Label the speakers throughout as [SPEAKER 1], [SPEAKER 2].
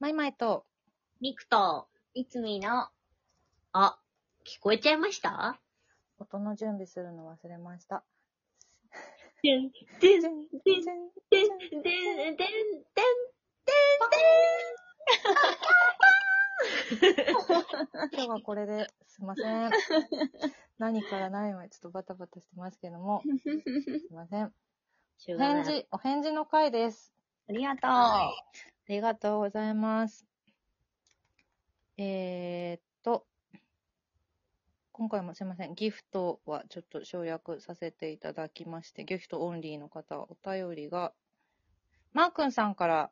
[SPEAKER 1] マイマイと、
[SPEAKER 2] ミクと、
[SPEAKER 1] いつみの
[SPEAKER 2] あ、聞こえちゃいました
[SPEAKER 1] 音の準備するの忘れました。
[SPEAKER 2] てん、てん、てん、てん、てん、
[SPEAKER 1] てん
[SPEAKER 2] てん、てん、
[SPEAKER 1] 今日はこれですいません。何から何までちょっとバタバタしてますけども、すいません。
[SPEAKER 2] て
[SPEAKER 1] お
[SPEAKER 2] ん。
[SPEAKER 1] 返。事、お返事の回です。
[SPEAKER 2] ありがと
[SPEAKER 1] ありがとうございます。えー、っと、今回もすいません、ギフトはちょっと省略させていただきまして、ギフトオンリーの方、お便りが、マー君さんから、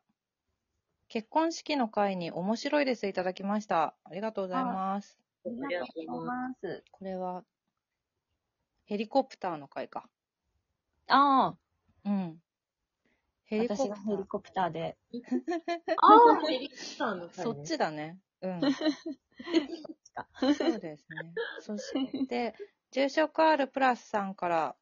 [SPEAKER 1] 結婚式の回に面白いですいただきました。ありがとうございます。
[SPEAKER 2] う。
[SPEAKER 1] ありがとうござい
[SPEAKER 2] ます。
[SPEAKER 1] これは、ヘリコプターの回か。
[SPEAKER 2] あ
[SPEAKER 1] う
[SPEAKER 2] あ、
[SPEAKER 1] ん。ヘリコプタ
[SPEAKER 3] 私がヘリ
[SPEAKER 1] ー。
[SPEAKER 3] コプターで。
[SPEAKER 2] ああ、ヘリコプターの
[SPEAKER 1] そっちだね。 うん。
[SPEAKER 3] か
[SPEAKER 1] そう ですね。そして、住職 R プラスさんから、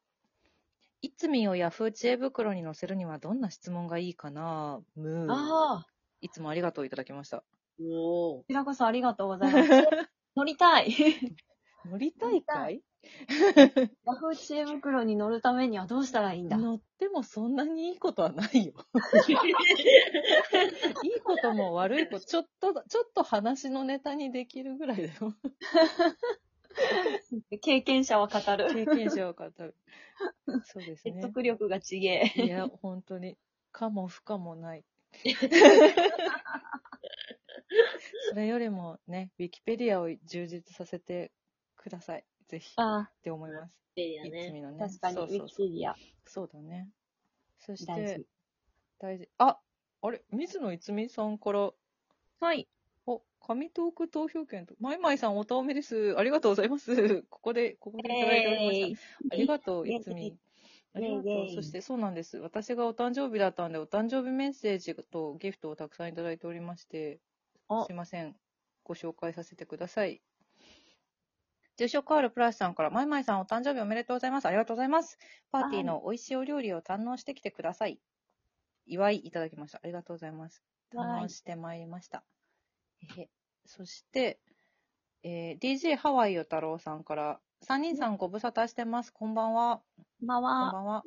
[SPEAKER 1] いつみをヤフー知恵袋に載せるにはどんな質問がいいかなむー。
[SPEAKER 3] ああ。こ
[SPEAKER 1] いつもありがとういただきました。
[SPEAKER 2] おお。
[SPEAKER 3] ちらこそありがとうございます。乗りたい。
[SPEAKER 1] 乗りたいかい
[SPEAKER 3] ヤフー知恵袋に乗るためにはどうしたらいいんだ
[SPEAKER 1] 乗ってもそんなにいいことはない よ。いいことも悪いこと、ちょっとだ、ちょっと話のネタにできるぐらいだよ。
[SPEAKER 3] 経験者は語る。
[SPEAKER 1] 経験者を語る。そうです
[SPEAKER 3] 説
[SPEAKER 1] ね。
[SPEAKER 3] 得力がちげえ。
[SPEAKER 1] いや、本当に。かも不可も ない。それよりもね、ウィキペディアを充実させてください。ぜひ。っ
[SPEAKER 3] あ
[SPEAKER 1] て思います。
[SPEAKER 2] や
[SPEAKER 1] いつ
[SPEAKER 2] ね。
[SPEAKER 1] みのね。
[SPEAKER 3] あ、確かに、
[SPEAKER 1] そ
[SPEAKER 3] ウ
[SPEAKER 1] うそ
[SPEAKER 3] ィ
[SPEAKER 1] う
[SPEAKER 3] キペディア。
[SPEAKER 1] そうだね。そし
[SPEAKER 3] 大
[SPEAKER 1] て
[SPEAKER 3] 事、。
[SPEAKER 1] 大事。ああれ水野いつみさんから、
[SPEAKER 3] はい。
[SPEAKER 1] お、上東区投票券と、まいまいさんお倒めです。ありがとうございます。ここで、ここでいただいておりました。
[SPEAKER 3] えー
[SPEAKER 1] ありがとう、
[SPEAKER 3] イェイ
[SPEAKER 1] いつみ。あ
[SPEAKER 3] イェイ
[SPEAKER 1] りがと
[SPEAKER 3] イェ
[SPEAKER 1] う。
[SPEAKER 3] イ
[SPEAKER 1] そしてそうなんです。私がお誕生日だったんで、お誕生日メッセージとギフトをたくさんいただいておりまして、
[SPEAKER 3] あ
[SPEAKER 1] すいません。ご紹介させてください。住職あるプラスさんから、まいまいさんお誕生日おめでとうございます。ありがとうございます。パーティーの美味しいお料理を堪能してきてください。祝いいただきました。ありがとうございます。
[SPEAKER 3] わーい
[SPEAKER 1] 堪能してまいりました。えへそして、えー DJ ハワイよ太郎さんから、三人さんご無沙汰してます。こんばんは。
[SPEAKER 3] こんばん
[SPEAKER 1] こん
[SPEAKER 3] は。
[SPEAKER 1] ばんは。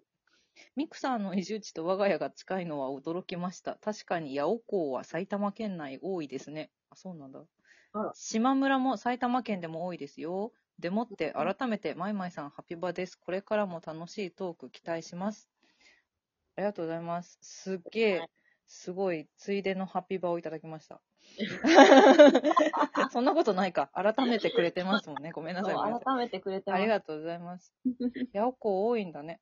[SPEAKER 1] ミクさんの移住地と我が家が近いのは驚きました。確かに八尾港は埼玉県内多いですね。あ、そうなんだ
[SPEAKER 2] あら。
[SPEAKER 1] 島村も埼玉県でも多いですよ。でもって改めて、まいまいさんハピバです。これからも楽しいトーク期待します。ありがとうございます。すっげ
[SPEAKER 2] は
[SPEAKER 1] え、すごい、ついでのハピバをいただきました。 そんなことないか。改めてくれてますもんね。ごめんな
[SPEAKER 3] そ
[SPEAKER 1] さい。ごめんな
[SPEAKER 3] う
[SPEAKER 1] さい
[SPEAKER 3] 改めてくれて
[SPEAKER 1] あり
[SPEAKER 3] ます。
[SPEAKER 1] がとうございます。八尾港多いんだね。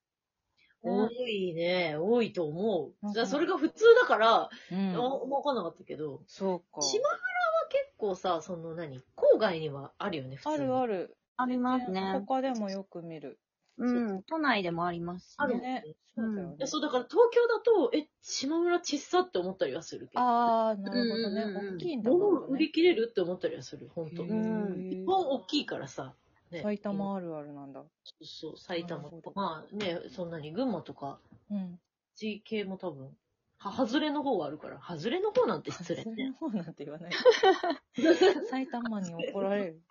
[SPEAKER 2] 多いね。多いと思う。じゃあ、それが普通だから、
[SPEAKER 1] うん。
[SPEAKER 2] わかんなかったけど。
[SPEAKER 1] そうか。
[SPEAKER 2] 島村は結構さ、その何郊外にはあるよね、普通
[SPEAKER 1] あ
[SPEAKER 2] に。
[SPEAKER 1] るあ
[SPEAKER 2] る。
[SPEAKER 1] る。
[SPEAKER 3] ありますね。
[SPEAKER 1] 他でもよく見る。
[SPEAKER 3] うん。都内でもありますし
[SPEAKER 2] あ
[SPEAKER 3] ね。
[SPEAKER 2] るね
[SPEAKER 1] ね。そうだよね
[SPEAKER 2] いや。そう、だから東京だと、え、島村ちっさって思ったりはするけど。
[SPEAKER 1] ああ、なるほど
[SPEAKER 2] うんうんう
[SPEAKER 1] ね。
[SPEAKER 2] ん
[SPEAKER 1] 大きいんだ
[SPEAKER 2] 物を
[SPEAKER 1] もん
[SPEAKER 2] 売
[SPEAKER 1] ね
[SPEAKER 2] り。切れるって思ったりはする、本当。
[SPEAKER 1] へ
[SPEAKER 2] 日
[SPEAKER 1] ー
[SPEAKER 2] 本大きいからさ。ね
[SPEAKER 1] 埼玉あるあるなんだ。
[SPEAKER 2] そうそう、埼玉
[SPEAKER 1] な
[SPEAKER 2] と
[SPEAKER 1] るほど
[SPEAKER 2] か。まあね、そんなに群馬とか、
[SPEAKER 1] うん。
[SPEAKER 2] 地形も多分、は、外れの方があるから。外れの方なんて失礼
[SPEAKER 1] それ
[SPEAKER 2] ね
[SPEAKER 1] の。方なんて言わない。埼玉に怒られる。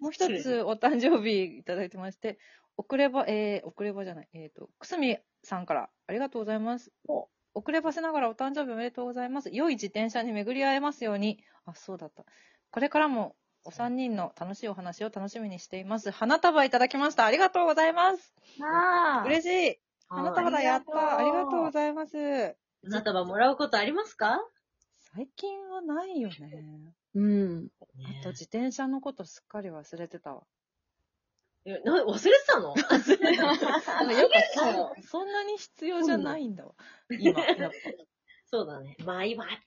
[SPEAKER 1] もう一つお誕生日いただいてまして、遅れば、えー、遅ればじゃない、えっ、と、くすみさんからありがとうございます。
[SPEAKER 3] お
[SPEAKER 1] 遅ればせながらお誕生日おめでとうございます。良い自転車に巡り合えますように。あ、そうだった。これからもお三人の楽しいお話を楽しみにしています。花束いただきました。ありがとうございます。
[SPEAKER 3] ああ。
[SPEAKER 1] 嬉しい。花束
[SPEAKER 2] はい
[SPEAKER 1] だ、やった。あ
[SPEAKER 3] あ
[SPEAKER 1] り
[SPEAKER 3] り
[SPEAKER 1] が
[SPEAKER 3] が
[SPEAKER 1] と
[SPEAKER 3] とう
[SPEAKER 1] うございます。
[SPEAKER 2] 花束もらうことありますか
[SPEAKER 1] 最近はないよね。
[SPEAKER 3] うん。
[SPEAKER 1] あと自転車のことすっかり忘れてたわ。
[SPEAKER 2] いやな忘れて たの
[SPEAKER 1] なんかよくそうそんなに必要じゃないんだわ。今、やっぱ
[SPEAKER 2] そうだね。まあ今暑いか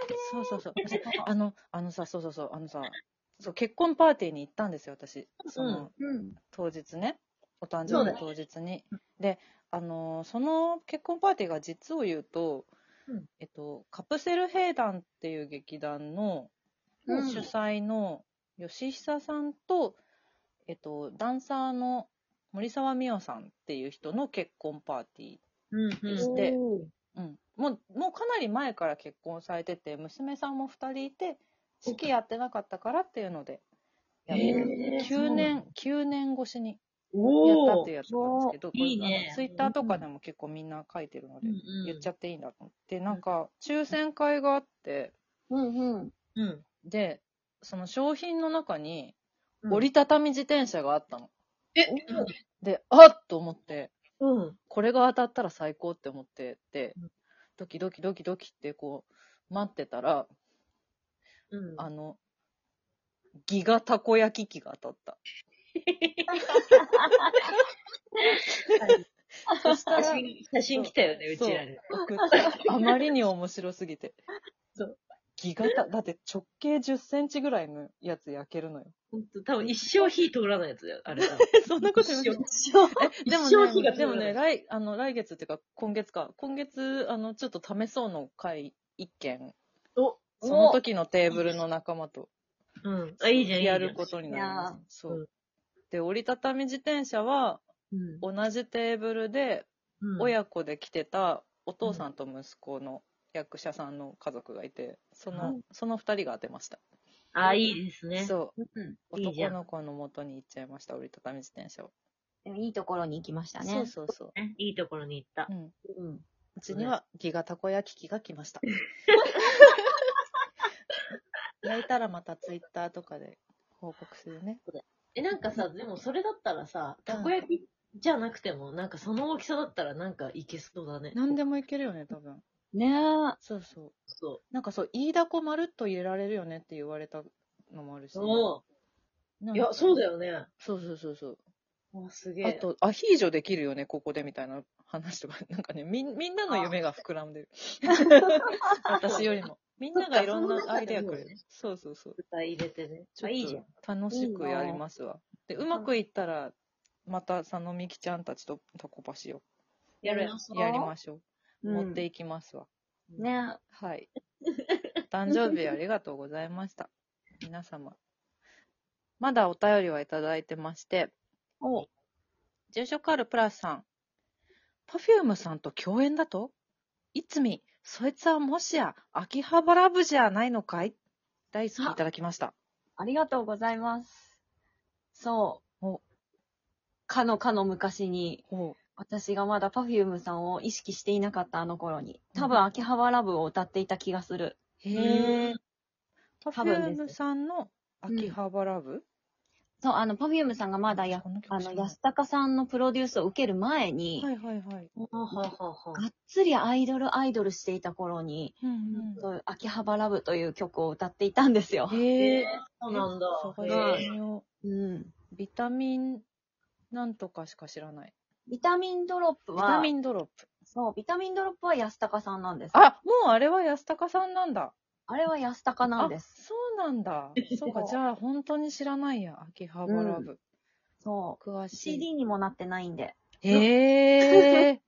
[SPEAKER 2] らね。
[SPEAKER 1] そうそうそう。あの、あのさ、そうそうそう、あのさ、そう結婚パーティーに行ったんですよ、私。その、
[SPEAKER 3] うん。
[SPEAKER 1] 当日ね。お誕生日の当日に。で、あのー、その結婚パーティーが実を言うと、
[SPEAKER 2] うん
[SPEAKER 1] えっと、カプセル兵団っていう劇団の
[SPEAKER 3] うん
[SPEAKER 1] 主催の吉久さんと、えっと、ダンサーの森沢美桜さんっていう人の結婚パーティー
[SPEAKER 2] うん、
[SPEAKER 1] そして
[SPEAKER 2] おー
[SPEAKER 1] うん、もう、もうかなり前から結婚されてて、娘さんも2人いて、式やってなかったからっていうので、やってる
[SPEAKER 2] え
[SPEAKER 1] 9年、9年越しにやった
[SPEAKER 2] お
[SPEAKER 1] っ
[SPEAKER 2] お
[SPEAKER 1] ていうやつなんですけど、
[SPEAKER 2] おーいいね
[SPEAKER 1] ツイッターとかでも結構みんな書いてるので、言っちゃ
[SPEAKER 2] っ
[SPEAKER 1] っていいんだと思って、なんか、抽選会があって、
[SPEAKER 3] うんうん。
[SPEAKER 2] うん。
[SPEAKER 1] で、その商品の中に、
[SPEAKER 2] うん
[SPEAKER 1] 折りたたみ自転車があったの。
[SPEAKER 2] え、
[SPEAKER 1] で、あっと思って、
[SPEAKER 2] うん。
[SPEAKER 1] これが当たったら最高って思ってって
[SPEAKER 2] うん、
[SPEAKER 1] ドキドキドキドキってこう、待ってたら、
[SPEAKER 2] うん。
[SPEAKER 1] あの、ギガたこ焼き器が当 たった。そした
[SPEAKER 2] 写
[SPEAKER 1] ら、
[SPEAKER 2] 真、写真来たよね、う
[SPEAKER 1] そう
[SPEAKER 2] ちらで。
[SPEAKER 1] 送ったあまりに面白すぎて。
[SPEAKER 2] そう
[SPEAKER 1] ギガた、だって直径10センチぐらいのやつ焼けるのよ。
[SPEAKER 2] ほんと、多分一生火通らないやつだよ、あれ。
[SPEAKER 1] そんなこと言う
[SPEAKER 2] 一 生
[SPEAKER 1] でも
[SPEAKER 2] 一生火
[SPEAKER 1] ね、
[SPEAKER 2] が
[SPEAKER 1] でも
[SPEAKER 2] 通らな
[SPEAKER 1] ね、
[SPEAKER 2] い
[SPEAKER 1] 来、あの、来月っていうか、今月か。今月、あの、ちょっと試そうの回一件。
[SPEAKER 2] お
[SPEAKER 1] その時のテーブルの仲間と
[SPEAKER 2] うん。あ、いいじゃん、いいじゃん。
[SPEAKER 1] やることになります。そうう。で、折りたたみ自転車は、
[SPEAKER 2] うん。
[SPEAKER 1] 同じテーブルで、
[SPEAKER 2] うん、
[SPEAKER 1] 親子で来てたお父さんと息子の役者さんの家族がいて、その、その二人が当てました。
[SPEAKER 2] あ、いいですね。
[SPEAKER 1] そう
[SPEAKER 3] うん。
[SPEAKER 1] う。
[SPEAKER 2] いいじ
[SPEAKER 1] 男
[SPEAKER 2] ゃん
[SPEAKER 1] の子の元に行っちゃいました、折りたたみ自転車を。
[SPEAKER 3] でもいいところに行きましたね。
[SPEAKER 1] そうそうそう。
[SPEAKER 2] ねいいところに行った
[SPEAKER 1] う。ん。
[SPEAKER 3] うん。
[SPEAKER 1] うちにはギガたこ焼き器が来ま した。焼いたらまたツイッターとかで報告するね。
[SPEAKER 2] え、なんかさ、でもそれだったらさ、たこ焼きじゃなくても、なんかその大きさだったらなんかいけそうだね。
[SPEAKER 1] 何でもいけるよね、多分。
[SPEAKER 3] ねえ。
[SPEAKER 1] そうそう。
[SPEAKER 2] そ
[SPEAKER 1] なんかそう、飯だこまるっと入れられるよねって言われたのもあるし。
[SPEAKER 2] う。お
[SPEAKER 1] なんか
[SPEAKER 2] ういや、そうだよね。
[SPEAKER 1] そうそうそうそう。
[SPEAKER 2] わ、すげ
[SPEAKER 1] あ
[SPEAKER 2] え。
[SPEAKER 1] と、アヒージョできるよね、ここでみたいな話とか。 なんかね、みんみんなの夢が膨らんで る。私よりも。みんながいろんなアイデアくれる。 そうそうそう。
[SPEAKER 2] 豚入れてね。あ、いいじゃん。
[SPEAKER 1] 楽しくやりますわ。で、うまくいったら、また佐野美希ちゃんたちとタコパしを
[SPEAKER 2] やるや
[SPEAKER 3] ましょう
[SPEAKER 1] やりましょう。
[SPEAKER 3] うん
[SPEAKER 1] 持っていきますわ。
[SPEAKER 3] ね
[SPEAKER 1] はい。 誕生日ありがとうございました。皆様。まだお便りはいただいてまして、
[SPEAKER 3] お
[SPEAKER 1] 住職あるプラスさん、パフュームさんと共演だといつみ、そいつはもしや、秋葉原部じゃないのかい大好きいただきました。
[SPEAKER 3] ありがとうございます。そう。
[SPEAKER 1] お
[SPEAKER 3] かのかの昔に、
[SPEAKER 1] おう
[SPEAKER 3] 私がまだ Perfume さんを意識していなかったあの頃に、
[SPEAKER 1] うん
[SPEAKER 3] 多分秋葉原部を歌っていた気がする。
[SPEAKER 1] へえ。パフ
[SPEAKER 3] 多
[SPEAKER 1] ュ
[SPEAKER 3] 分
[SPEAKER 1] ー
[SPEAKER 3] です
[SPEAKER 1] ムさんの秋葉原部、
[SPEAKER 3] そう、あの Perfume さんがまだや
[SPEAKER 1] そんな、曲
[SPEAKER 3] あ
[SPEAKER 1] 知ら
[SPEAKER 3] の、
[SPEAKER 1] ない
[SPEAKER 3] 安高さんのプロデュースを受ける前に、
[SPEAKER 1] はいはいはい。
[SPEAKER 2] はあはあはあはあ
[SPEAKER 3] がっつりアイドルアイドルしていた頃に、
[SPEAKER 1] うん
[SPEAKER 3] そういう秋葉原部という曲を歌っていたんですよ。
[SPEAKER 1] へえ。
[SPEAKER 2] そうなんだ。
[SPEAKER 1] 探
[SPEAKER 2] へ
[SPEAKER 1] してみよ
[SPEAKER 3] うん。
[SPEAKER 1] うビタミンなんとかしか知らない。
[SPEAKER 3] ビタミンドロップ
[SPEAKER 1] ビ
[SPEAKER 3] は、
[SPEAKER 1] タミンドロップ。
[SPEAKER 3] そう、ビタミンドロップは安高さんなんです。
[SPEAKER 1] あ、もうあれは安高さんなんだ。
[SPEAKER 3] あれは安高なんです。
[SPEAKER 1] あそうなん だ。そうか、じゃあ本当に知らないや。秋葉原部。
[SPEAKER 3] そ
[SPEAKER 1] 詳
[SPEAKER 3] う。
[SPEAKER 1] しい。
[SPEAKER 3] CD にもなってないんで。
[SPEAKER 1] へえ。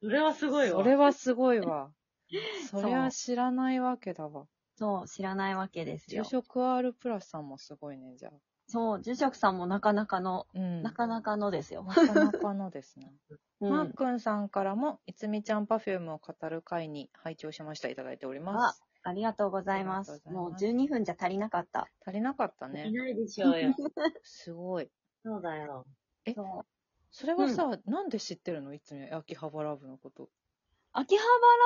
[SPEAKER 2] それはすごいわ。
[SPEAKER 1] それはすごいわ。
[SPEAKER 3] う
[SPEAKER 1] そりゃ知らないわけだわ。
[SPEAKER 3] そう、知らないわけです
[SPEAKER 1] 住
[SPEAKER 3] よ。
[SPEAKER 1] 職 R プラスさんもすごいね、じゃあ。
[SPEAKER 3] そう、住職さんもなかなかの、
[SPEAKER 1] うん。
[SPEAKER 3] なかなかのですよ。
[SPEAKER 1] なかなかのですね。
[SPEAKER 3] うん
[SPEAKER 1] マー君さんからも、いつみちゃんパフュームを語る会に拝聴しました。いただいております。
[SPEAKER 3] ありがとうございま
[SPEAKER 1] あり
[SPEAKER 3] す
[SPEAKER 1] が。とうご
[SPEAKER 3] もう
[SPEAKER 1] ざいます
[SPEAKER 3] 12分じゃ足りなかった。
[SPEAKER 1] 足りなかった
[SPEAKER 2] い
[SPEAKER 1] ね。
[SPEAKER 2] ないでしょうよ。
[SPEAKER 1] すごい。
[SPEAKER 2] そうだよ。
[SPEAKER 1] え
[SPEAKER 3] そう。
[SPEAKER 1] それはさ、なんで知ってるのいつみ、秋葉原部のこと。
[SPEAKER 3] 秋葉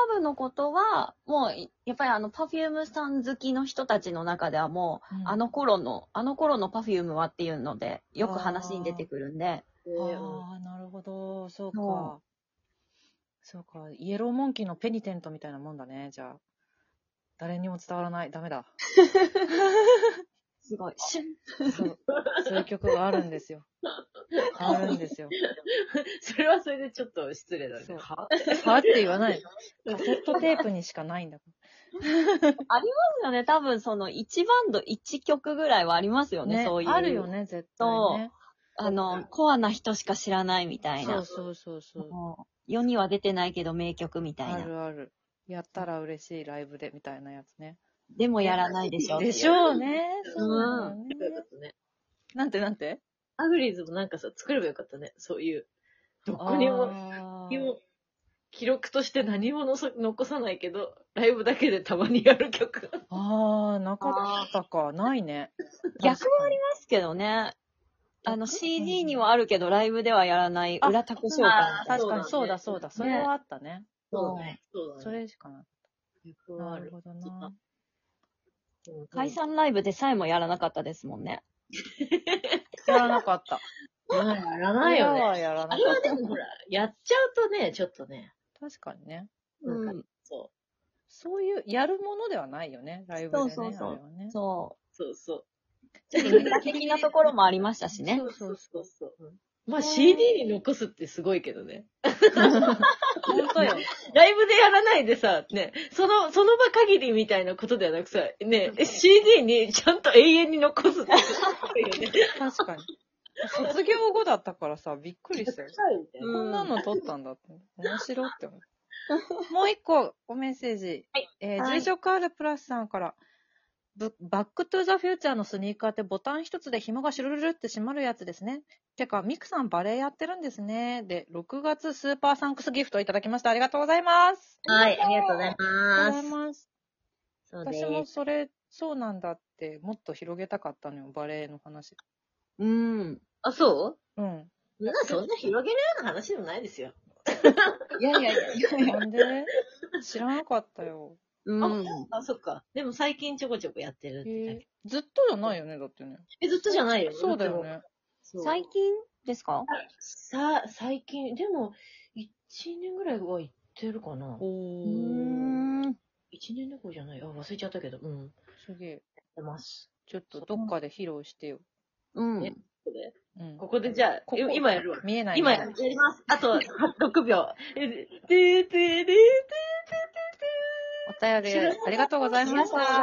[SPEAKER 3] 原部のことは、もうい、やっぱりあの、パフュームさん好きの人たちの中ではもう、あの頃の、あの頃のパフュームはっていうので、よく話に出てくるんで、
[SPEAKER 1] うん、
[SPEAKER 2] へえ
[SPEAKER 1] ああ、なるほど。そうか
[SPEAKER 3] そ。
[SPEAKER 1] そうか。イエローモンキーのペニテントみたいなもんだね、じゃあ。誰にも伝わらない。ダメだ。
[SPEAKER 3] すごい、シュン
[SPEAKER 1] そう。そういう曲があるんですよ。あるんですよ。
[SPEAKER 2] それはそれでちょっと失礼だね
[SPEAKER 1] そう。
[SPEAKER 2] は
[SPEAKER 1] はって言わない。カセットテープにしかないんだか
[SPEAKER 3] ですよね。多分その1バンド1曲ぐらいはありますよ
[SPEAKER 1] ら。
[SPEAKER 3] ね、
[SPEAKER 1] ね
[SPEAKER 3] そういう。
[SPEAKER 1] あるよ。ね、絶対ね。
[SPEAKER 3] あの、コアな人しか知らないみたい
[SPEAKER 1] そ
[SPEAKER 3] な
[SPEAKER 1] う。そうそうそう。
[SPEAKER 3] もう世には出てないけど名曲みたい
[SPEAKER 1] あ
[SPEAKER 3] な。
[SPEAKER 1] るある。やったら嬉しいライブでみたいなやつね。
[SPEAKER 3] でもやらないでしょ。
[SPEAKER 1] でしょうね。そううんなの
[SPEAKER 2] そういうこ
[SPEAKER 1] ね。
[SPEAKER 2] とね。
[SPEAKER 1] なんてなんて
[SPEAKER 2] アグリーズもなんかさ、作ればよかったね。そういう。どこにも、
[SPEAKER 1] あ
[SPEAKER 2] どこ
[SPEAKER 1] ー
[SPEAKER 2] にも記録として何ものそ残さないけど、ライブだけでたまにやる曲。
[SPEAKER 1] ああ、なかったか。ないね。
[SPEAKER 3] 逆
[SPEAKER 1] はあり
[SPEAKER 3] ますけどね。あの
[SPEAKER 1] 逆
[SPEAKER 3] CD にはあるけど、ライブではやらない
[SPEAKER 1] あ
[SPEAKER 3] 裏タコ紹
[SPEAKER 2] ま
[SPEAKER 3] 介
[SPEAKER 2] あ。
[SPEAKER 1] 確かに、そ
[SPEAKER 2] そうう
[SPEAKER 1] だ
[SPEAKER 2] だね
[SPEAKER 1] そうだ。それはあったね。
[SPEAKER 2] そうだね。そうだね。
[SPEAKER 1] それしかな
[SPEAKER 2] 曲は
[SPEAKER 1] な
[SPEAKER 2] あ
[SPEAKER 1] る
[SPEAKER 2] る。
[SPEAKER 1] ほどな。
[SPEAKER 2] うん
[SPEAKER 3] 解散ライブでさえもやらなかったですもんね。
[SPEAKER 1] やらなかった。
[SPEAKER 2] まあ、やらないよ
[SPEAKER 1] 親
[SPEAKER 2] ね。
[SPEAKER 1] はやら
[SPEAKER 2] あ
[SPEAKER 1] な
[SPEAKER 2] れ
[SPEAKER 1] かっ
[SPEAKER 2] はでもほら、やっちゃうとね、ちょっとね、
[SPEAKER 1] た。確かにね。
[SPEAKER 2] うん
[SPEAKER 3] うん。
[SPEAKER 2] そ、
[SPEAKER 1] そういう、やるものではないよね。ライブでね。
[SPEAKER 3] そうそうそう
[SPEAKER 1] あれはね。
[SPEAKER 3] そう
[SPEAKER 2] そうそう。
[SPEAKER 3] う。ちょっとネタ的なところもありましたしね
[SPEAKER 2] そ。うそうそうそう。うんまあ CD に残すってすごいけどね。
[SPEAKER 1] 本当よ。
[SPEAKER 2] ライブでやらないでさ、ね、その、その場限りみたいなことではなくさ、ね、CD にちゃんと永遠に残すってすごいよね。
[SPEAKER 1] 確かに。卒業後だったからさ、びっくりしたよ。
[SPEAKER 3] うん
[SPEAKER 1] こんなの撮ったんだって。面白って思う。もう一個、おメッセージ。
[SPEAKER 2] はい。
[SPEAKER 1] えー、
[SPEAKER 3] はい
[SPEAKER 1] 住職 R プラスさんから、ブバックトゥーザフューチャーのスニーカーってボタン一つで紐がシュルルルって締まるやつですね。てか、ミクさんバレエやってるんですね。で、6月スーパーサンクスギフトいただきました。ありがとうございます。
[SPEAKER 2] はい、ありがとうござい
[SPEAKER 1] あり
[SPEAKER 2] ま
[SPEAKER 1] がとう
[SPEAKER 2] す
[SPEAKER 1] ご。ざいます。
[SPEAKER 2] そうで
[SPEAKER 1] 私もそれ、そうなんだって、もっと広げたかったのよ、バレエの話。
[SPEAKER 3] うん。
[SPEAKER 2] あ、そ
[SPEAKER 1] う
[SPEAKER 2] う
[SPEAKER 1] ん。
[SPEAKER 2] なんかそんな広げるような話でもないですよ。
[SPEAKER 3] いやいやいやいや。
[SPEAKER 1] なんで知らなかったよ。
[SPEAKER 3] うん。
[SPEAKER 2] あ、そっか。でも最近ちょこちょこやってるってだけ。
[SPEAKER 1] ずっとじゃないよね、だってね。
[SPEAKER 2] え、ずっとじゃないよ。
[SPEAKER 1] そうだよ。ね。
[SPEAKER 2] そう
[SPEAKER 3] 最近ですか
[SPEAKER 2] さ、最近、でも、1年ぐらいは行ってるかな。
[SPEAKER 3] う
[SPEAKER 1] おー。
[SPEAKER 3] ーん。
[SPEAKER 2] 1年どころじゃない。あ、忘れちゃったけど。うん。やっ
[SPEAKER 1] すげえ。
[SPEAKER 2] てます。
[SPEAKER 1] ちょっとどっかで披露してよ。
[SPEAKER 3] うん
[SPEAKER 2] え。ここで
[SPEAKER 1] うん。
[SPEAKER 2] ここでじゃあ、
[SPEAKER 1] ここ
[SPEAKER 2] い今やるわ。
[SPEAKER 1] 見えない。
[SPEAKER 2] 今やります。あと、6秒。えてーてーてーてーてーてーてー
[SPEAKER 1] お便りありがとうございました。